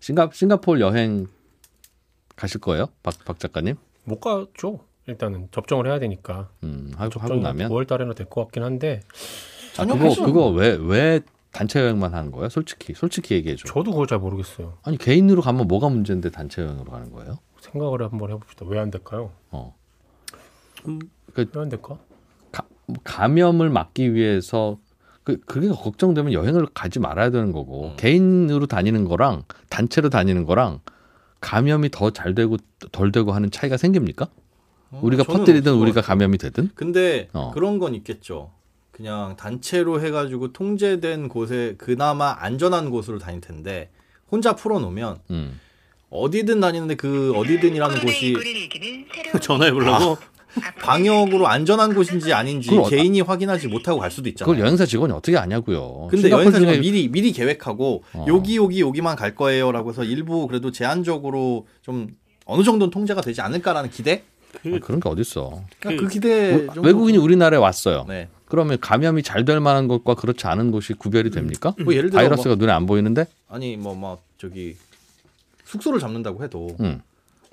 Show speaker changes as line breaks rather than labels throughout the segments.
싱가 싱가포르 여행 가실 거예요, 박, 박 작가님?
못 가죠. 일단은 접종을 해야 되니까.
음, 하고, 하고 나면
9월 달에나 될 것 같긴 한데
아,
전혀
그거
관심
그거 왜 왜 단체 여행만 하는 거예요? 솔직히 솔직히 얘기해 줘.
저도 그걸 잘 모르겠어요.
아니 개인으로 가면 뭐가 문제인데 단체 여행으로 가는 거예요?
생각을 한번 해봅시다. 왜 안 될까요?
어.
왜 안 될까?
가, 뭐 감염을 막기 위해서 그 그게 걱정되면 여행을 가지 말아야 되는 거고
음.
개인으로 다니는 거랑 단체로 다니는 거랑 감염이 더 잘 되고 덜 되고 하는 차이가 생깁니까?
어,
우리가
저는
퍼뜨리든
없을 것
우리가
같아요.
감염이 되든
근데
어.
그런 건 있겠죠. 그냥 단체로 해가지고 통제된 곳에 그나마 안전한 곳으로 다닐 텐데 혼자 풀어놓으면
음.
어디든 다니는데 그 어디든이라는 곳이
전화해보려고
방역으로 안전한 곳인지 아닌지
그걸 어-
개인이 확인하지 못하고 갈 수도 있잖아요.
그걸 여행사 직원이 어떻게 아냐고요.
근데
싱가포르
여행사가
중에
미리 미리 계획하고
어.
여기 여기 여기만 갈 거예요라고 해서 일부 그래도 제한적으로 좀 어느 정도는 통제가 되지 않을까라는 기대?
아, 그런 게 어딨어.
그러니까 그 기대
뭐,
정도-
외국인이 우리나라에 왔어요.
네.
그러면 감염이 잘 될 만한 곳과 그렇지 않은 곳이 구별이 됩니까?
뭐 예를 들어
바이러스가 눈에 안 보이는데
뭐, 아니 뭐 막 저기 숙소를 잡는다고 해도
음. 네?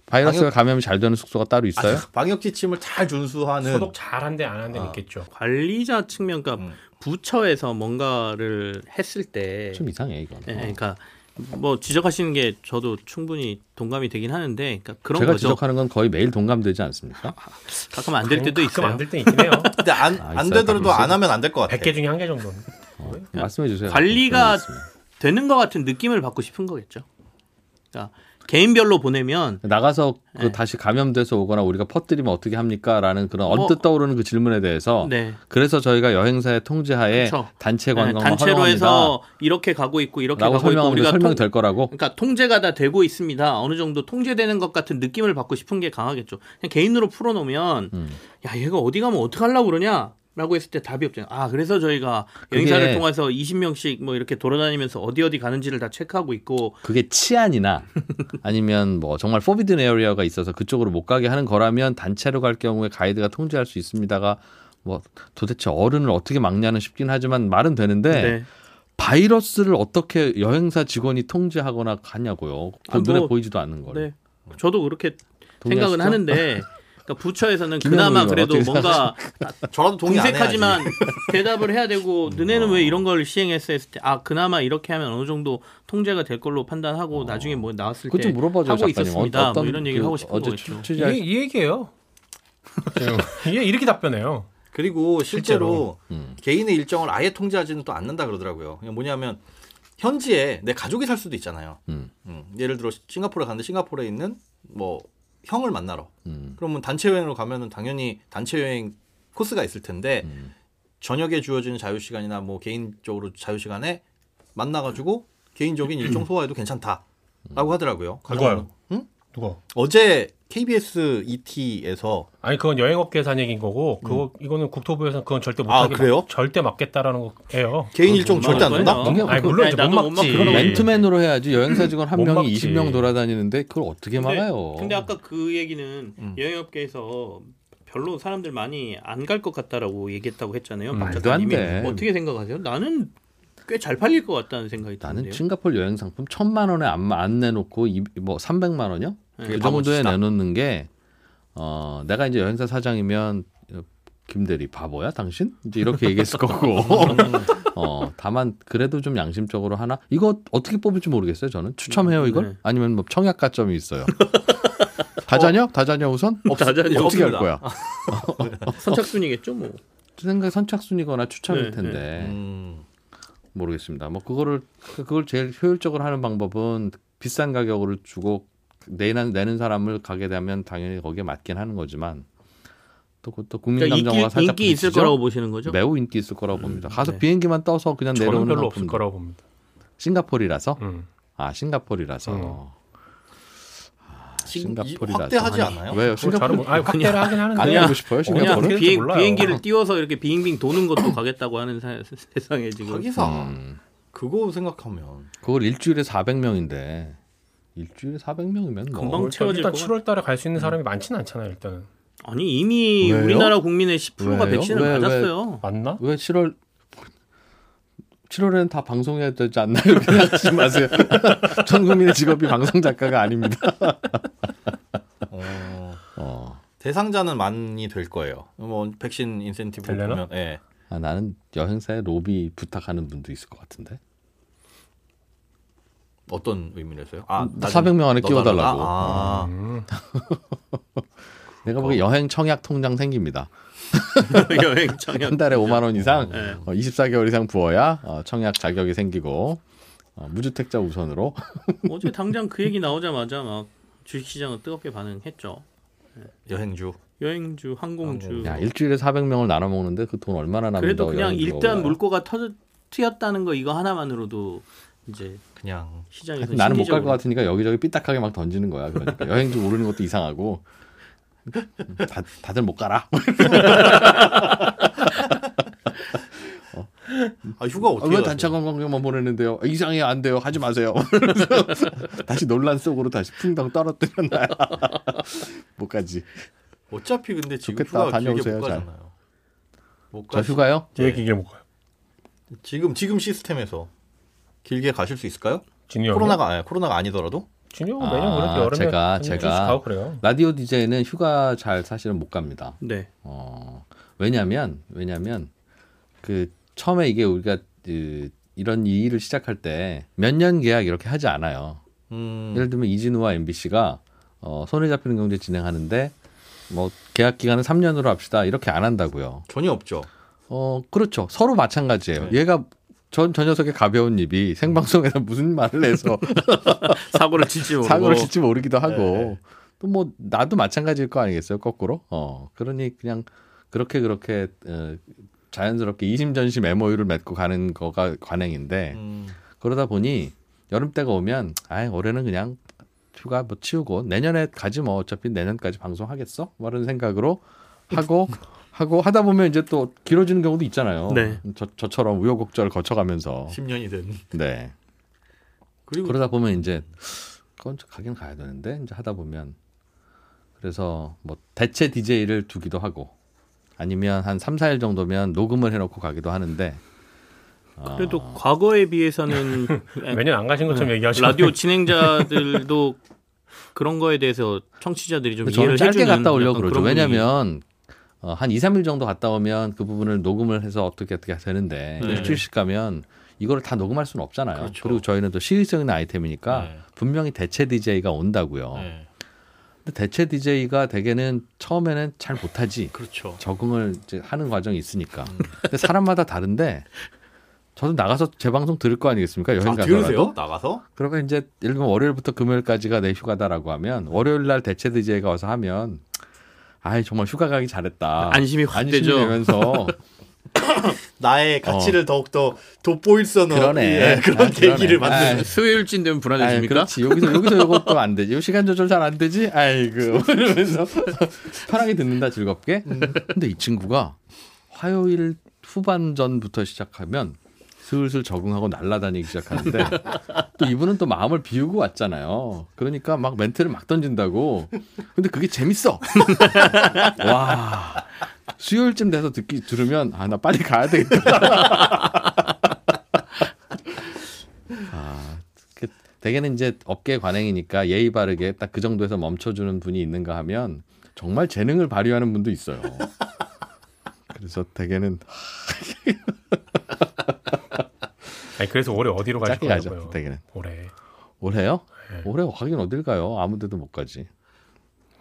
바이러스가 감염이 잘 되는 숙소가 따로 있어요?
아, 방역 지침을 잘 준수하는
소독 잘한데 안 한데
아.
는 있겠죠.
관리자 측면 그러니까
음.
부처에서 뭔가를 했을 때
좀 이상해 이건.
예,
어.
그러니까 뭐 지적하시는 게 저도 충분히 동감이 되긴 하는데 그러니까 그런
제가
거죠. 아,
지적하는 건 거의 매일 동감되지 않습니까?
가끔 안 될 때도
가끔
있어요.
안될 때 있긴 해요.
근데 안,
아,
안
있어요,
되더라도
방법이.
안 하면 안 될 것 같아.
100개 중에 한 개 정도는.
말씀해 주세요.
네. 관리가 되는 것 같은 느낌을 받고 싶은 거겠죠. 그러니까 개인별로 보내면
나가서 그
네.
다시 감염돼서 오거나 우리가 퍼뜨리면 어떻게 합니까라는 그런
뭐-
언뜻 떠오르는 그 질문에 대해서
네.
그래서 저희가 여행사의 통제하에
그쵸.
단체
네,
관광을
단체로
허용합니다라고
해서 이렇게 가고 있고 이렇게 가고 있고
설명하면
우리가 통,
설명이 될 거라고
그러니까 통제가 다 되고 있습니다. 어느 정도 통제되는 것 같은 느낌을 받고 싶은 게 강하겠죠. 그냥 개인으로 풀어놓으면
음.
야 얘가 어디 가면 어떻게 하려고 그러냐? 라고 했을 때 답이 없잖아요. 아 그래서 저희가
그게-
여행사를 통해서 20명씩 뭐 이렇게 돌아다니면서 어디 어디 가는지를 다 체크하고 있고
그게 치안이나 아니면 뭐 정말 포비든 에어리어가 있어서 그쪽으로 못 가게 하는 거라면 단체로 갈 경우에 가이드가 통제할 수 있습니다가 뭐 도대체 어른을 어떻게 막냐는 싶긴 하지만 말은 되는데
네.
바이러스를 어떻게 여행사 직원이 통제하거나 가냐고요. 그
아, 뭐,
눈에 보이지도 않는 걸.
네. 저도 그렇게
어. 동의하시죠?
생각은 하는데 그러니까 부처에서는
김현우
그나마
의원
그래도
어떻게
뭔가
저라도 동의 안 해야지.
궁색하지만 대답을 해야 되고
음.
너네는 왜 이런 걸 시행했어 했을 때 아 그나마 이렇게 하면 어느 정도 통제가 될 걸로 판단하고 나중에 뭐 나왔을
어. 그것
때
좀 물어봐줘요.
하고
작가님.
있었습니다.
어떤
뭐 이런 얘기를
그
하고 싶은
어제
거겠죠.
이,
취재할
이 얘기예요. 이게 이렇게 답변해요.
그리고 실제로,
음.
개인의 일정을 아예 통제하지는 또 않는다 그러더라고요. 그냥 뭐냐면 현지에 내 가족이 살 수도 있잖아요.
음.
음, 예를 들어 싱가포르에 갔는데 싱가포르에 있는 뭐 형을 만나러.
음.
그러면 단체 여행으로 가면은 당연히 단체 여행 코스가 있을 텐데
음.
저녁에 주어지는 자유 시간이나 뭐 개인적으로 자유 시간에 만나가지고 개인적인 일정 소화해도
음.
괜찮다라고 하더라고요.
누가요?
응?
누가?
어제 KBS ET에서
아니 그건 여행업계에서 한 얘기인 거고 그거 이거는 국토부에서는 그건 절대
아,
못하게
그래요?
막- 절대 막겠다라는 거예요.
개인 일정 절대 안 된다.
그게
아니 물론 이제 못 막지.
그럼 맨투맨으로 해야지 여행사 직원 한
못
명이
막지.
20명 돌아다니는데 그걸 어떻게
근데-
막아요?
근데 아까 그 얘기는
음.
여행업계에서 별로 사람들 많이 안 갈 것 같다라고 얘기했다고 했잖아요.
음,
박
말도 안
작가님이.
돼.
어떻게 생각하세요? 나는 꽤 잘 팔릴 것 같다는 생각이
나는
드는데요.
싱가포르 여행 상품 천만 원에 안, 안 내놓고 이, 뭐 300만 원이요?
네.
그
다
정도에
멋지다.
내놓는 게 어, 내가 이제 여행사 사장이면 김대리 바보야 당신? 이제 이렇게 얘기했을 거고
음.
어, 다만 그래도 좀 양심적으로 하나 이거 어떻게 뽑을지 모르겠어요 저는
음,
추첨해요 이걸?
네.
아니면 뭐 청약 가점이 있어요 다자녀? 다자녀 우선?
다자녀 아,
어떻게 할
없습니다.
거야? 어,
선착순이겠죠, 뭐.
생각 선착순이거나 추첨일
네,
텐데 네.
음,
모르겠습니다. 뭐 그거를 그걸 제일 효율적으로 하는 방법은 비싼 가격으로 주고 내는 내는 사람을 가게 되면 당연히 거기에 맞긴 하는 거지만 또 그것도 국민
그러니까
감정과
인기,
살짝
인기 있을
부딪히죠? 네.
거라고 보시는 거죠?
매우 인기 있을 거라고 봅니다. 가서
네.
비행기만 떠서 그냥
음, 저는
내려오는
별로 없을
상품들.
거라고 봅니다.
싱가포르라서
음.
아 싱가포르라서
음.
싱- 이-
싱가포르라서
확대하지
아니,
않아요?
왜요?
그거
싱가포르
잘은- 뭐 아니 확대를 하긴 하는데
안 하고 싶어요?
그냥
싱가포르?
어떻게 될지 몰라요.
비행, 기를 띄워서 이렇게 빙빙 도는 것도 가겠다고 하는 사- 세상에 지금.
거기서
음,
그거 생각하면
그걸 일주일에 400명인데 일주일에 400명이면 뭐
금방 채워질
일단
것
7월 달에 갈 수
음.
있는 사람이 많지는 않잖아요. 일단은
아니 이미
왜요?
우리나라 국민의 10%가
왜요?
백신을
왜, 왜?
맞았어요.
맞나?
왜 7월 7월에는 다 방송해야 되지 않나요? 그냥 하지 마세요. 전 국민의 직업이 방송 작가가 아닙니다.
어,
어.
대상자는 많이 될 거예요. 뭐 백신 인센티브
될려나?
보면 예.
아, 나는 여행사에 로비 부탁하는 분도 있을 것 같은데.
어떤 의미에서요? 아,
나 음, 400명 안에
너
끼워달라고.
달라? 아,
네.
음.
내가 보기에 여행 청약 통장 생깁니다.
여행 청약.
한 달에 5만 원 이상,
네.
어, 24개월 이상 부어야 어, 청약 자격이 생기고 어, 무주택자 우선으로
어제 당장 그 얘기 나오자마자 막 주식시장은 뜨겁게 반응했죠.
여행주.
여행주, 항공주.
아, 뭐, 야 일주일에 400명을 나눠 먹는데 그 돈 얼마나 남는다고
그래도 그냥
여행주가
일단
올라요?
물꼬가 터져 튀었다는 거 이거 하나만으로도 이제
그냥
시장에서
나는 못 갈 것
심리적으로
같으니까 여기저기 삐딱하게 막 던지는 거야. 그러니까 여행지 모르는 것도 이상하고 다, 다들 못 가라.
아, 휴가
아,
어떻게
왜
가세요?
단체 관광객만 보내는데요? 아, 이상해 안 돼요. 하지 마세요. 다시 논란 속으로 다시 풍덩 떨어뜨려 놔요. 못 가지.
어차피 근데 지금
좋겠다.
휴가 길게
다녀오세요,
못
잘.
가잖아요. 못
저
가.
휴가요?
왜 길게 못 가요?
지금 지금 시스템에서 길게 가실 수 있을까요?
진이 형.
코로나가 아니, 코로나가 아니더라도
진이 형
아,
매년 그렇게 여름에
제가,
한 일주일씩
제가.
가고 그래요.
라디오 DJ는 휴가 잘 사실은 못 갑니다.
네.
어, 왜냐면, 왜냐면, 그, 처음에 이게 우리가, 그, 이런 이 일을 시작할 때 몇 년 계약 이렇게 하지 않아요.
음,
예를 들면 이진우와 MBC가 어, 손에 잡히는 경제 진행하는데 뭐 계약 기간은 3년으로 합시다. 이렇게 안 한다고요.
전혀 없죠.
어, 그렇죠. 서로 마찬가지예요.
네.
얘가 전, 저 녀석의 가벼운 입이 생방송에서 무슨 말을 해서
사고를 칠지 모르고
사고를 칠지 모르기도 하고
네.
또 뭐 나도 마찬가지일 거 아니겠어요 거꾸로 어 그러니 그냥 그렇게 그렇게 어, 자연스럽게 이심전심 MOU를 맺고 가는 거가 관행인데
음,
그러다 보니 여름 때가 오면 아 올해는 그냥 휴가 뭐 치우고 내년에 가지 뭐 어차피 내년까지 방송하겠어 뭐 이런 생각으로 하고 하고 하다 보면 이제 또 길어지는 경우도 있잖아요
네.
저, 저처럼 우여곡절 을 거쳐가면서
10년이 된.
네
그리고
어. 그러다 보면 이제 그건 좀 가긴 가야 되는데 이제 하다 보면 그래서 뭐 대체 DJ를 두기도 하고 아니면 한 3, 4일 정도면 녹음을 해놓고 가기도 하는데 어,
그래도 과거에 비해서는
매년 안 가신 것처럼 얘기하시고
네. 음. 라디오 진행자들도 그런 거에 대해서 청취자들이 좀
근데 저는
이해를
짧게
해주는
갔다 오려고
약간
그러죠.
그런
왜냐하면 어, 한 2, 3일 정도 갔다 오면 그 부분을 녹음을 해서 어떻게 어떻게 되는데
네.
일주일씩 가면 이거를 다 녹음할 수는 없잖아요.
그렇죠.
그리고 저희는 또 시의성 있는 아이템이니까
네.
분명히 대체 DJ가 온다고요.
네,
근데 대체 DJ가 대개는 처음에는 잘 못하지.
그렇죠.
적응을 이제 하는 과정이 있으니까. 근데 사람마다 다른데 저도 나가서 재방송 들을 거 아니겠습니까? 여행
아,
가서라도.
들으세요? 나가서?
그러면 이제 예를 들면 월요일부터 금요일까지가 내 휴가다라고 하면 월요일 날 대체 DJ가 와서 하면 아이 정말 휴가 가기 잘했다.
안심이 확 되죠.
되면서
나의 가치를 더욱더 돋보일 수 있는
어. 그러네.
예, 그런
아, 그러네.
계기를 만드는.
아이,
수요일쯤 되면
아이,
불안해집니까?
그렇지 여기서 여기서 이것도 안 되지. 요 시간 조절 잘 안 되지. 아이고 이러면서 편하게 듣는다 즐겁게. 근데 이 친구가 화요일 후반전부터 시작하면 슬슬 적응하고 날아다니기 시작하는데 또 이분은 또 마음을 비우고 왔잖아요. 그러니까 막 멘트를 막 던진다고. 근데 그게 재밌어. 와. 수요일쯤 돼서 듣기 들으면 아 나 빨리 가야 되겠다. 아, 그 대개는 이제 업계 관행이니까 예의 바르게 딱 그 정도에서 멈춰주는 분이 있는가 하면 정말 재능을 발휘하는 분도 있어요. 그래서 대개는
아니, 그래서 올해 어디로 가실
짧게
거냐고요. 네.
가죠.
네.
대개는
올해.
올해요? 올해 가긴 어딜 가요? 아무데도 못 가지.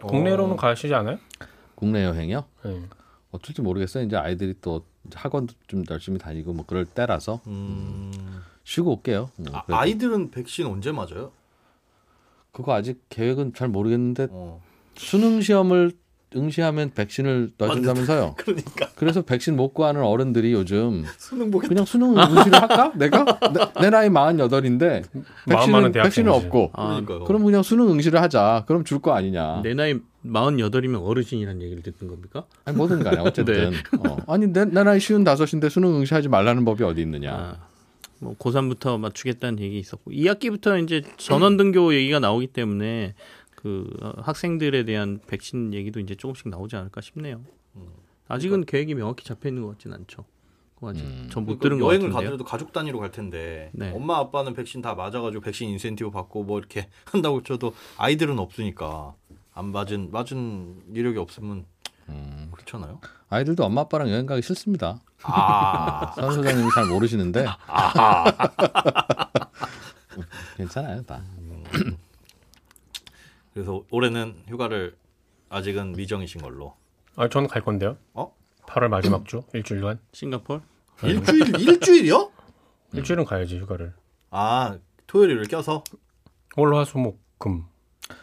어.
국내로는 가시지 않아요?
국내 여행이요?
네.
어쩔지 모르겠어요. 이제 아이들이 또 이제 학원도 좀 열심히 다니고 뭐 그럴 때라서
음,
쉬고 올게요. 뭐
아,
그래도.
아이들은 백신 언제 맞아요?
그거 아직 계획은 잘 모르겠는데
어.
수능 시험을 응시하면 백신을 넣어준다면서요.
그러니까
그래서 백신 못 구하는 어른들이 요즘
수능 보기
그냥 수능 응시를 할까? 내가 내, 내 나이 48인데
마흔
백신은, 백신은
많은 대학생이지.
없고
아,
그러니까요.
그럼 그냥 수능 응시를 하자. 그럼 줄 거 아니냐.
네.
내 나이 48이면 어르신이라는 얘기를 듣는 겁니까?
아니 뭐든 간에 어쨌든
네.
어. 아니 내, 내 나이 쉬운 다섯인데 수능 응시하지 말라는 법이 어디 있느냐.
아, 뭐 고3부터 맞추겠다는 얘기 있었고 2학기부터 이제 전원 등교 얘기가 나오기 때문에 그 어, 학생들에 대한 음. 그러니까 백신 얘기도 이제 조금씩 나오지 않을까 싶네요. 아직은 계획이 명확히 잡혀 있는 것 같진 않죠.
음.
그러니까
전못 들은 거
여행을
같은데요.
가더라도 가족 단위로 갈 텐데
네.
엄마 아빠는 백신 다 맞아가지고 백신 인센티브 받고 뭐 이렇게 한다고 쳐도 아이들은 없으니까 안 맞은 맞은 이력이 없으면
음.
그렇잖아요.
아이들도 엄마 아빠랑 여행 가기 싫습니다.
아,
선 소장님이 잘 모르시는데. 괜찮아요, 다.
그래서 올해는 휴가를 아직은 미정이신 걸로.
아, 저는 갈 건데요.
어?
8월 마지막 주 일주일간
싱가포르?
일주일 일주일이요?
음.
일주일은 가야지 휴가를.
그러니까. 아 토요일을 껴서
월화수목금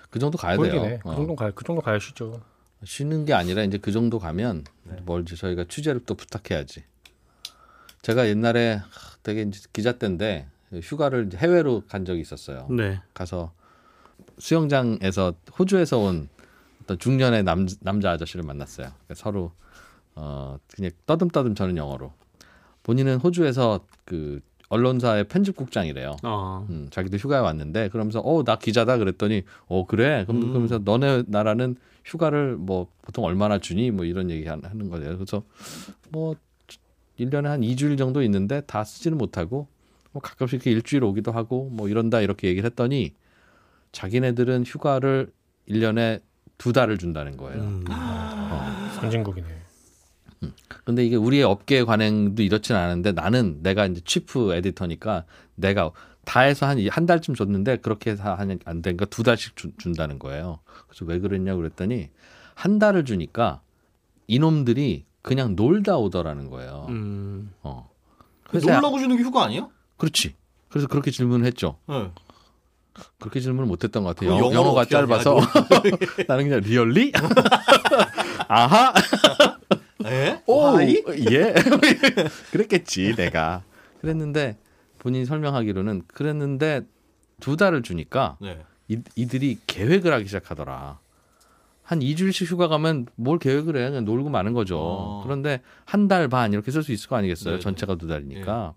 그 정도 가야 돼요.
보이네. 그
어.
정도 가야 그 정도 가야 쉬죠.
쉬는 게 아니라 이제 그 정도 가면 뭘 이제 저희가 취재를 또 부탁해야지. 제가 옛날에 하, 되게 이제 기자 때인데 휴가를 이제 해외로 간 적이 있었어요.
네.
가서 수영장에서 호주에서 온 어떤 중년의 남, 남자 아저씨를 만났어요. 그러니까 서로 어 그냥 떠듬떠듬 저는 영어로 본인은 호주에서 그 언론사의 편집국장이래요.
어.
음, 자기도 휴가에 왔는데 그러면서 어 나 기자다 그랬더니 어 그래 그럼 그러면서 너네 나라는 휴가를 뭐 보통 얼마나 주니 뭐 이런 얘기 하- 하는 거예요. 그래서 뭐 1년에 한 2주일 정도 있는데 다 쓰지는 못하고 뭐 가끔씩 이렇게 일주일 오기도 하고 뭐 이런다 이렇게 얘기를 했더니 자기네들은 휴가를 1년에 두 달을 준다는 거예요.
음.
선진국이네.
근데 이게 우리의 업계 관행도 이렇진 않은데 나는 내가 이제 치프 에디터니까 내가 다 해서 한 한 달쯤 줬는데 그렇게 해서 한- 안 되니까 두 달씩 주- 준다는 거예요. 그래서 왜 그랬냐 그랬더니 한 달을 주니까 이놈들이 그냥 놀다 오더라는 거예요.
음.
어. 회사에-
그 놀라고 주는 게 휴가 아니야?
그렇지. 그래서 그렇게 질문을 했죠.
네.
그렇게 질문을 못했던 것 같아요.
그럼
영-
영어로
영어가
어떻게 하냐,
짧아서 나는 그냥 리얼리 아하
에? 아,
오,
하이?
예. 그랬겠지, 내가. 그랬는데 본인이 설명하기로는 그랬는데 두 달을 주니까
네.
이, 이들이 계획을 하기 시작하더라. 한 2주일씩 휴가 가면 뭘 계획을 해. 그냥 놀고 마는 거죠.
어.
그런데 한 달 반 이렇게 쓸 수 있을 거 아니겠어요?
네네. 예.
전체가 두 달이니까.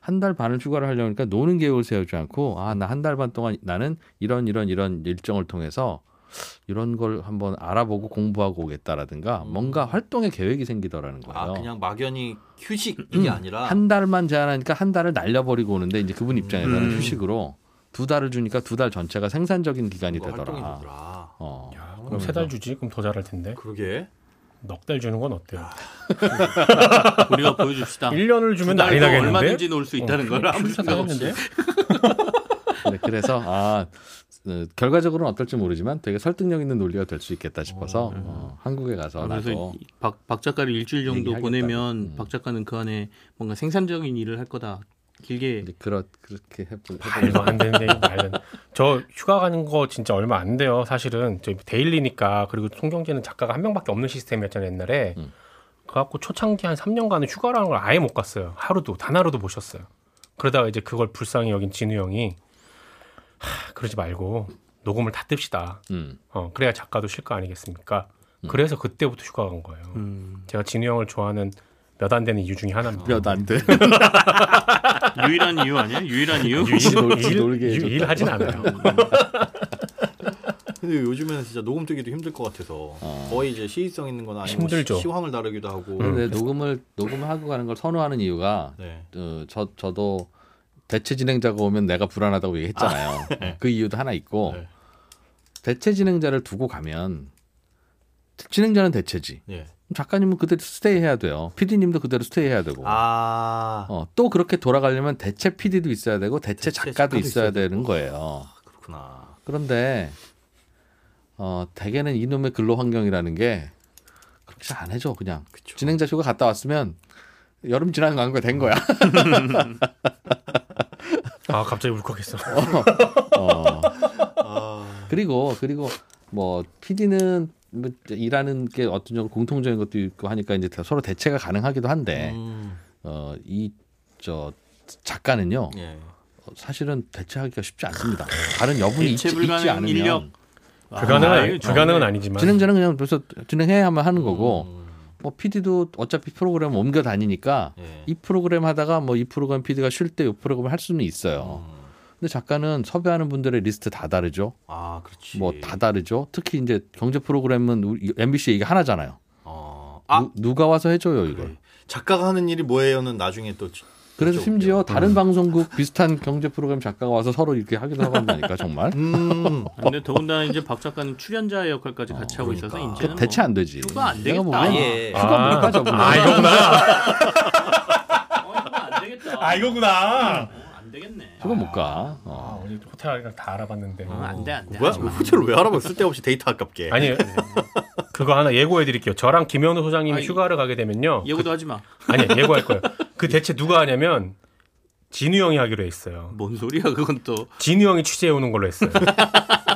한 달 반을 휴가를 하려니까 노는 계획을 세우지 않고 아, 나 한 달 반 동안 나는 이런 이런 이런 일정을 통해서 이런 걸 한번 알아보고 공부하고 오겠다라든가
음.
뭔가 활동의 계획이 생기더라는 거예요.
아 그냥 막연히 휴식 이게
음,
아니라
한 달만 제한하니까 한 달을 날려버리고 오는데 이제 그분 입장에서는
음.
휴식으로 두 달을 주니까 두 달 전체가 생산적인 기간이
뭔가 활동이
되더라.
되더라.
어.
아,
그럼 세 달 주지 그럼 더 잘할 텐데.
그러게.
넉 달 주는 건 어때요?
우리가 보여줍시다.
1년을 주면 난리
아, 두 달도
나겠는데.
얼마든지 놀 수 있다는
어,
걸 아무
줄
생각 없이.
사겠는데?
네, 그래서 아 어, 결과적으로는 어떨지 모르지만 되게 설득력 있는 논리가 될 수 있겠다 싶어서 어, 한국에 가서
아, 그래서
나도
이- 박, 박 작가를 일주일 정도
얘기하겠다고.
보내면
음.
박 작가는 그 안에 뭔가 생산적인 일을 할 거다. 길게
이제 그렇 그렇게 해보
말도 안 되는 얘기 말도 안 돼. 저 휴가 가는 거 진짜 얼마 안 돼요. 사실은 저 데일리니까 그리고 송경재는 작가가 한 명밖에 없는 시스템이었잖아요 옛날에.
음.
그래갖고 초창기 한 3년간은 휴가라는 걸 아예 못 갔어요. 하루도 단 하루도 못 쉬었어요. 그러다가 이제 그걸 불쌍히 여긴 진우 형이 하, 그러지 말고 녹음을 다 뜹시다.
음.
어, 그래야 작가도 쉴 거 아니겠습니까? 그래서 그때부터 휴가 간 거예요. 제가 진우 형을 좋아하는 몇 안 되는 이유 중에 하나입니다.
음. 몇안 돼.
유일한 이유 아니야? 유일한 이유?
같이 놀-
일-
놀게
일-
해줬다고.
일하진 않아요.
근데 요즘에는 진짜 녹음 뜨기도 힘들 것 같아서 거의 이제 시의성 있는 거나 아니면
힘들죠.
시- 시황을 다루기도 하고.
근데 녹음을 녹음하고 가는 걸 선호하는 이유가
네.
어, 저 저도 대체 진행자가 오면 내가 불안하다고 얘기했잖아요. 그 이유도 하나 있고
네.
대체 진행자를 두고 가면 진행자는 대체지.
예.
작가님은 그대로 스테이 해야 돼요. PD님도 그대로 스테이 해야 되고.
아
어, 또 그렇게 돌아가려면 대체 PD도 있어야 되고 대체,
대체
작가도
작가도
있어야
있어야
되는 거예요.
그렇구나.
그런데 어, 대개는 이놈의 근로 환경이라는 게 그렇게 잘 안 해줘 그냥
그쵸.
진행자 쇼가 갔다 왔으면 여름 지난 광고 된 거야.
아 갑자기 울컥했어.
어.
아,
그리고 그리고 뭐 PD는 뭐 일하는 게 어떤 정도 공통적인 것도 있고 하니까 이제 서로 대체가 가능하기도 한데
음,
어, 이 저 작가는요
예.
사실은 대체하기가 쉽지 않습니다. 다른 여분이 있지,
일체
있지
불가능
않으면
인력.
그 불가능은
아,
아니,
이거
불가능은 아니지만
진행자는 그냥 벌써 진행해 하면 하는 거고
음,
뭐 PD도 어차피 프로그램 옮겨 다니니까
예.
이 프로그램 하다가 뭐 이 프로그램 PD가 쉴 때 이 프로그램 할 수는 있어요.
음,
근데 작가는 섭외하는 분들의 리스트 다 다르죠.
아 그렇지.
뭐 다 다르죠. 특히 이제 경제 프로그램은 우리 MBC 이게 하나잖아요.
어, 아
누, 가 와서 해줘요 이걸.
그래. 작가가 하는 일이 뭐예요는 나중에 또 지-
그래서
여쭤볼게요.
심지어 다른 방송국 비슷한 경제 프로그램 작가가 와서 서로 이렇게 하기도 하고 한다니까 정말
음,
근데 더군다나 이제 박 작가는 출연자의 역할까지 같이 하고 있어서
그러니까.
이제는
대체
뭐
안 되지.
휴가 안
내가
되겠다.
보기엔
예.
휴가 못 가져 보네.
아 이거구나.
어, 이거 안 되겠다.
아 이거구나.
어, 안 되겠네.
휴가 못 가. 어.
아, 우리 호텔이랑 다 알아봤는데.
어, 안 돼, 안 돼.
뭐야?
하지 마.
호텔을 왜 알아봐? 쓸데없이 데이터 아깝게.
아니 그거 하나 예고해드릴게요. 저랑 김현우 소장님이
아니,
휴가를 가게 되면요.
예고도 하지 마.
아니 예고할 거예요. 그 대체 누가 하냐면 진우 형이 하기로 했어요.
뭔 소리야 그건 또.
진우 형이 취재해 오는 걸로 했어요.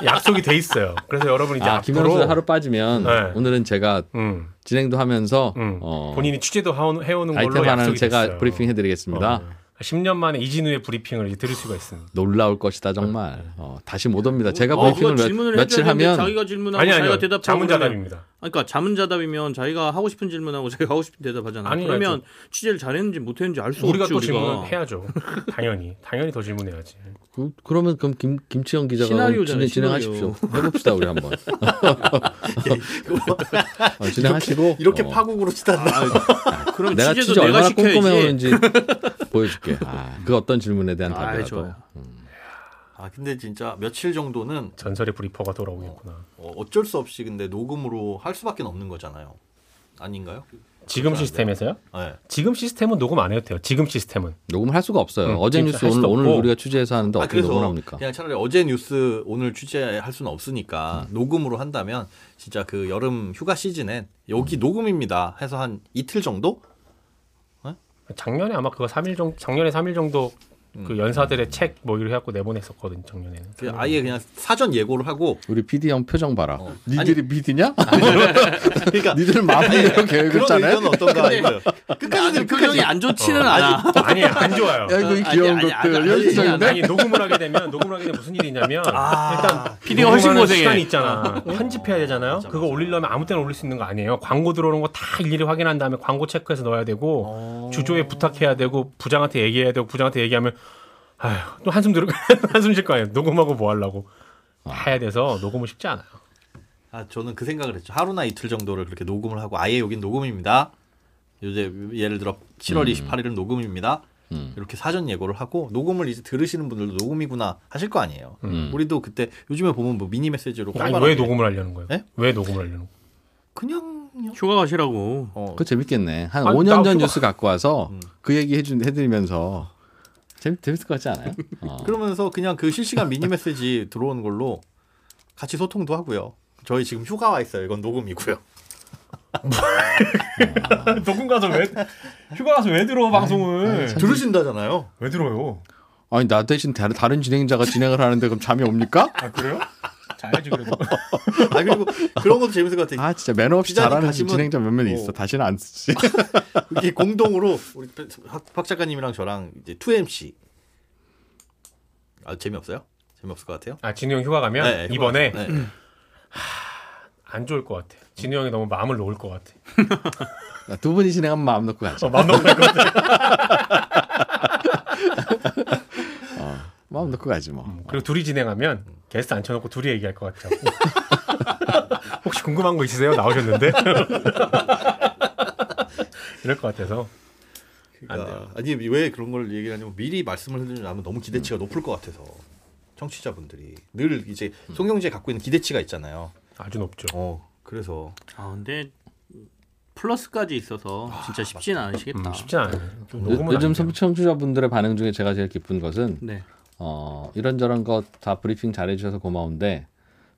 약속이 돼 있어요. 그래서 여러분 이제
아, 김현수
앞으로
하루 빠지면
네.
오늘은 제가
음,
진행도 하면서
음.
어,
본인이 취재도 하오- 해오는
아이템
걸로
하나는
약속이
제가
됐어요.
브리핑 해드리겠습니다.
10년 만에 이진우의 브리핑을 이제 들을 수가 있습니다.
놀라울 것이다 정말. 어, 다시 못 옵니다. 제가
어,
브리핑을
누가
몇-
질문을
며칠
해줘야 되는데
하면
자기가 질문하고
아니 아니요.
자기가 대답하고 그러면-
자문자답입니다.
아니, 그러니까 자문자답이면 자기가 하고 싶은 질문하고 자기가 하고 싶은 대답하잖아.
아니,
그러면 취재를 잘했는지 못했는지 알 수 없지
우리가
우리가.
또 질문을 해야죠. 당연히 당연히 더 질문해야지.
그, 그러면 그럼 김 김치영 기자가 진행,
시나리오잖아요,
진행하십시오. 해봅시다 우리 한번 어, 진행하시고
이렇게
어,
파국으로 치닫나?
그럼
내가
취재도
취재
내가
얼마나
시켜야지.
꼼꼼해오는지 보여줄게. 아, 그 어떤 질문에 대한
아,
답이라도.
좋아요.
아 근데 진짜 며칠 정도는
전설의 브리퍼가 돌아오겠구나.
어, 어쩔 수 없이 근데 녹음으로 할 수밖에 없는 거잖아요. 아닌가요?
지금
그렇지
시스템에서요?
네.
지금 시스템은 녹음 안 해도 돼요. 지금 시스템은.
녹음을 할 수가 없어요.
음,
어제
지금
뉴스
할 수도
오늘 오늘
없고.
우리가 취재해서 하는데
아
어떻게 녹음을
그래서
합니까?
그냥 차라리 어제 뉴스 오늘 취재할 수는 없으니까 녹음으로 한다면 진짜 그 여름 휴가 시즌엔 여기 녹음입니다 해서 한 이틀 정도 그
작년에 아마 그거 3일 정도 작년에 3일 정도 그 연사들의 책 뭐 이렇게 해갖고 내보냈었거든 요 작년에는.
그 아예 그냥 사전 예고를 하고
우리 PD 형 표정 봐라.
어.
니들이 PD냐?
그러니까
니들은 마음대로 계획을
그런
짜네.
의견은 어떤가 이거예요.
나는
끝까지
표정이 안 좋지는 않아.
어. 아니 안 좋아요.
야 이거 이 귀여운
아니, 아니, 아니,
것들
아니,
여기
아니,
있었는데
아니 녹음을 하게 되면 녹음을 하게 되면 무슨 일이 있냐면 일단
PD 가 훨씬
녹음하는
고생해.
시간이 있잖아 어, 편집해야 되잖아요
맞아,
그거
맞아.
올리려면 아무 때나 올릴 수 있는 거 아니에요 광고 들어오는 거 다 일일이 확인한 다음에 광고 체크해서 넣어야 되고 주조에 부탁해야 되고 부장한테 얘기해야 되고 부장한테 얘기하면 아휴 또 한숨 들고 한숨 쉴 거 아니에요 녹음하고 뭐 하려고 다 해야 돼서 녹음은 쉽지 않아요
아 저는 그 생각을 했죠. 하루나 이틀 정도를 그렇게 녹음을 하고 아예 여긴 녹음입니다. 요새 예를 들어 7월 28일은 녹음입니다.
음.
이렇게 사전 예고를 하고 녹음을 이제 들으시는 분들도 녹음이구나 하실 거 아니에요. 우리도 그때 요즘에 보면 뭐 미니 메시지로
아니
활발하게
왜 녹음을 하려는 거예요
네?
왜 녹음을 하려는 거예요
그냥
휴가 가시라고.
어,
그거 재밌겠네. 한
아니,
5년
나
전
그거-
뉴스 갖고 와서 그 얘기 해준 해드리면서 재밌 재밌을 것 같지 않아요? 어.
그러면서 그냥 그 실시간 미니 메시지 들어오는 걸로 같이 소통도 하고요. 저희 지금 휴가 와 있어요. 이건 녹음이고요.
녹음 가서 왜 휴가 가서 왜 들어 방송을
들으신다잖아요.
왜 들어요
아니 나 대신 다른, 다른 진행자가 진행을 하는데 그럼 잠이 옵니까?
아 그래요 잘해지 그래도
아 그리고 그런 것도 재밌을 것 같아요.
아 진짜 매너 없이
기자님
잘하는
가시면-
진행자 몇명
어.
있어. 다시는 안 쓰지.
이게 공동으로 우리 박, 박 작가님이랑 저랑 이제 2MC. 아 재미없어요? 재미없을 것 같아요.
아 진우 형 휴가 가면
네, 휴가
이번에
네.
안 좋을 것 같아. 진우 형이 너무 마음을 놓을 것 같아.
두 분이 진행하면 마음 놓고 가자.
마음 놓을 것 같아.
어. 마음 놓고 가지 뭐.
그리고 둘이 진행하면 게스트 앉혀놓고 둘이 얘기할 것 같아. 혹시 궁금한 거 있으세요? 나오셨는데? 이럴 것 같아서. 안 돼요.
아, 니왜 그런 걸 얘기하냐면 미리 말씀을 해주면 너무 기대치가 높을 것 같아서 청취자분들이 늘 이제
음.
송영재 갖고 있는 기대치가 있잖아요.
아주 높죠.
어 그래서
아 근데 플러스까지 있어서 진짜 쉽진 않으시겠다.
아, 음, 쉽지 않아요. 좀 녹음은
요, 즘
안 돼요.
청취자분들의 반응 중에 제가 제일 기쁜 것은
네.
어, 이런저런 거 다 브리핑 잘해주셔서 고마운데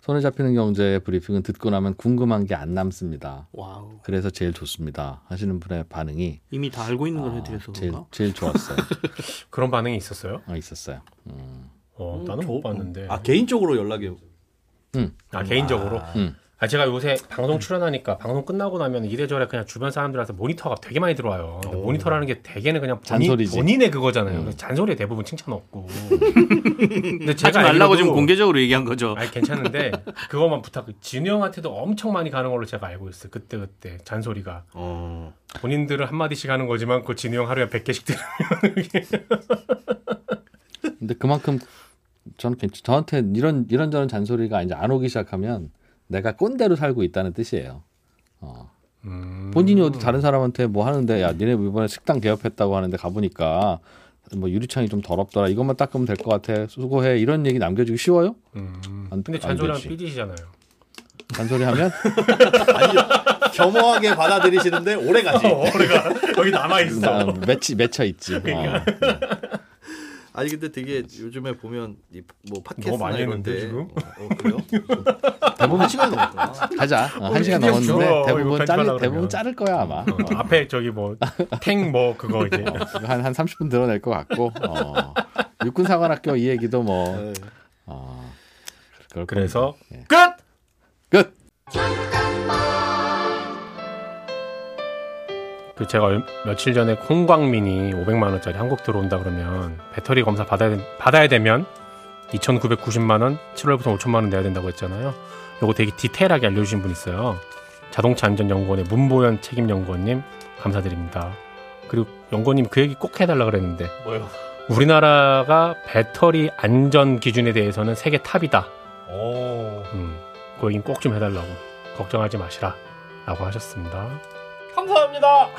손에 잡히는 경제의 브리핑은 듣고 나면 궁금한 게 안 남습니다.
와우.
그래서 제일 좋습니다 하시는 분의 반응이
이미 다 알고 있는 걸
아,
해드려서
제일
그런가?
제일 좋았어요.
그런 반응이 있었어요?
어, 있었어요. 음.
어, 나는 못 봤는데.
음.
아 개인적으로 연락이
아 개인적으로.
음.
아 제가 요새 방송 출연하니까 방송 끝나고 나면 이래저래 그냥 주변 사람들한테 모니터가 되게 많이 들어와요. 근데 모니터라는 게 대개는 그냥 본인,
잔소리지. 음.
본인의 그거잖아요. 그래서 잔소리에 대부분 칭찬 없고. 근데
하지 말라고
알기로도-
지금 공개적으로 얘기한 거죠.
아니 괜찮은데 그것만 부탁. 진우 형한테도 엄청 많이 가는 걸로 제가 알고 있어요. 그때 그때 잔소리가
어
본인들은 한 마디씩 하는 거지만 그 진우 형 하루에 100개씩 들어.
근데 그만큼 저는 괜찮- 저한테 이런 이런저런 잔소리가 이제 안 오기 시작하면 내가 꼰대로 살고 있다는 뜻이에요. 어.
음.
본인이 어디 다른 사람한테 뭐 하는데 야 니네 이번에 식당 개업했다고 하는데 가보니까 뭐 유리창이 좀 더럽더라 이것만 닦으면 될 것 같아 수고해 이런 얘기 남겨주기 쉬워요?
음.
안-
근데
안
잔소리랑
되지.
삐디시잖아요.
잔소리하면
겸허하게 받아들이시는데 오래 가지.
오래가 여기 어, 그러니까 남아
나 맺히 맺혀 있지. 어.
그러니까.
아니 근데 되게 요즘에 보면 이 뭐
너무
팟캐스트나
많이 했는데,
이런데
지금?
어, 어, 그래요? 대부분 시간 넘었구나.
가자. 어, 한 시간
드디어
넘었는데
죽어. 이거
대부분
편집하려고
잘리
그러면.
대부분 자를 거야 아마.
어, 앞에 저기 뭐 탱 뭐 그거 이제
한 한 30분 드러낼 것 같고 어. 육군 사관학교 이 얘기도 뭐 어. 그럴
네. 그래서
겁니다. 예.
끝.
끝.
그 제가 얼- 며칠 전에 홍광민이 500만 원짜리 한국 들어온다 그러면 배터리 검사 받아야, 된- 받아야 되면 2,990만 원, 7월부터 5천만 원 내야 된다고 했잖아요. 요거 되게 디테일하게 알려주신 분 있어요. 자동차 안전 연구원의 문보현 책임 연구원님 감사드립니다. 그리고 연구원님 그 얘기 꼭 해달라 그랬는데
뭐요?
우리나라가 배터리 안전 기준에 대해서는 세계 탑이다.
오.
음, 그 얘기는 꼭 좀 해달라고 걱정하지 마시라라고 하셨습니다.
감사합니다.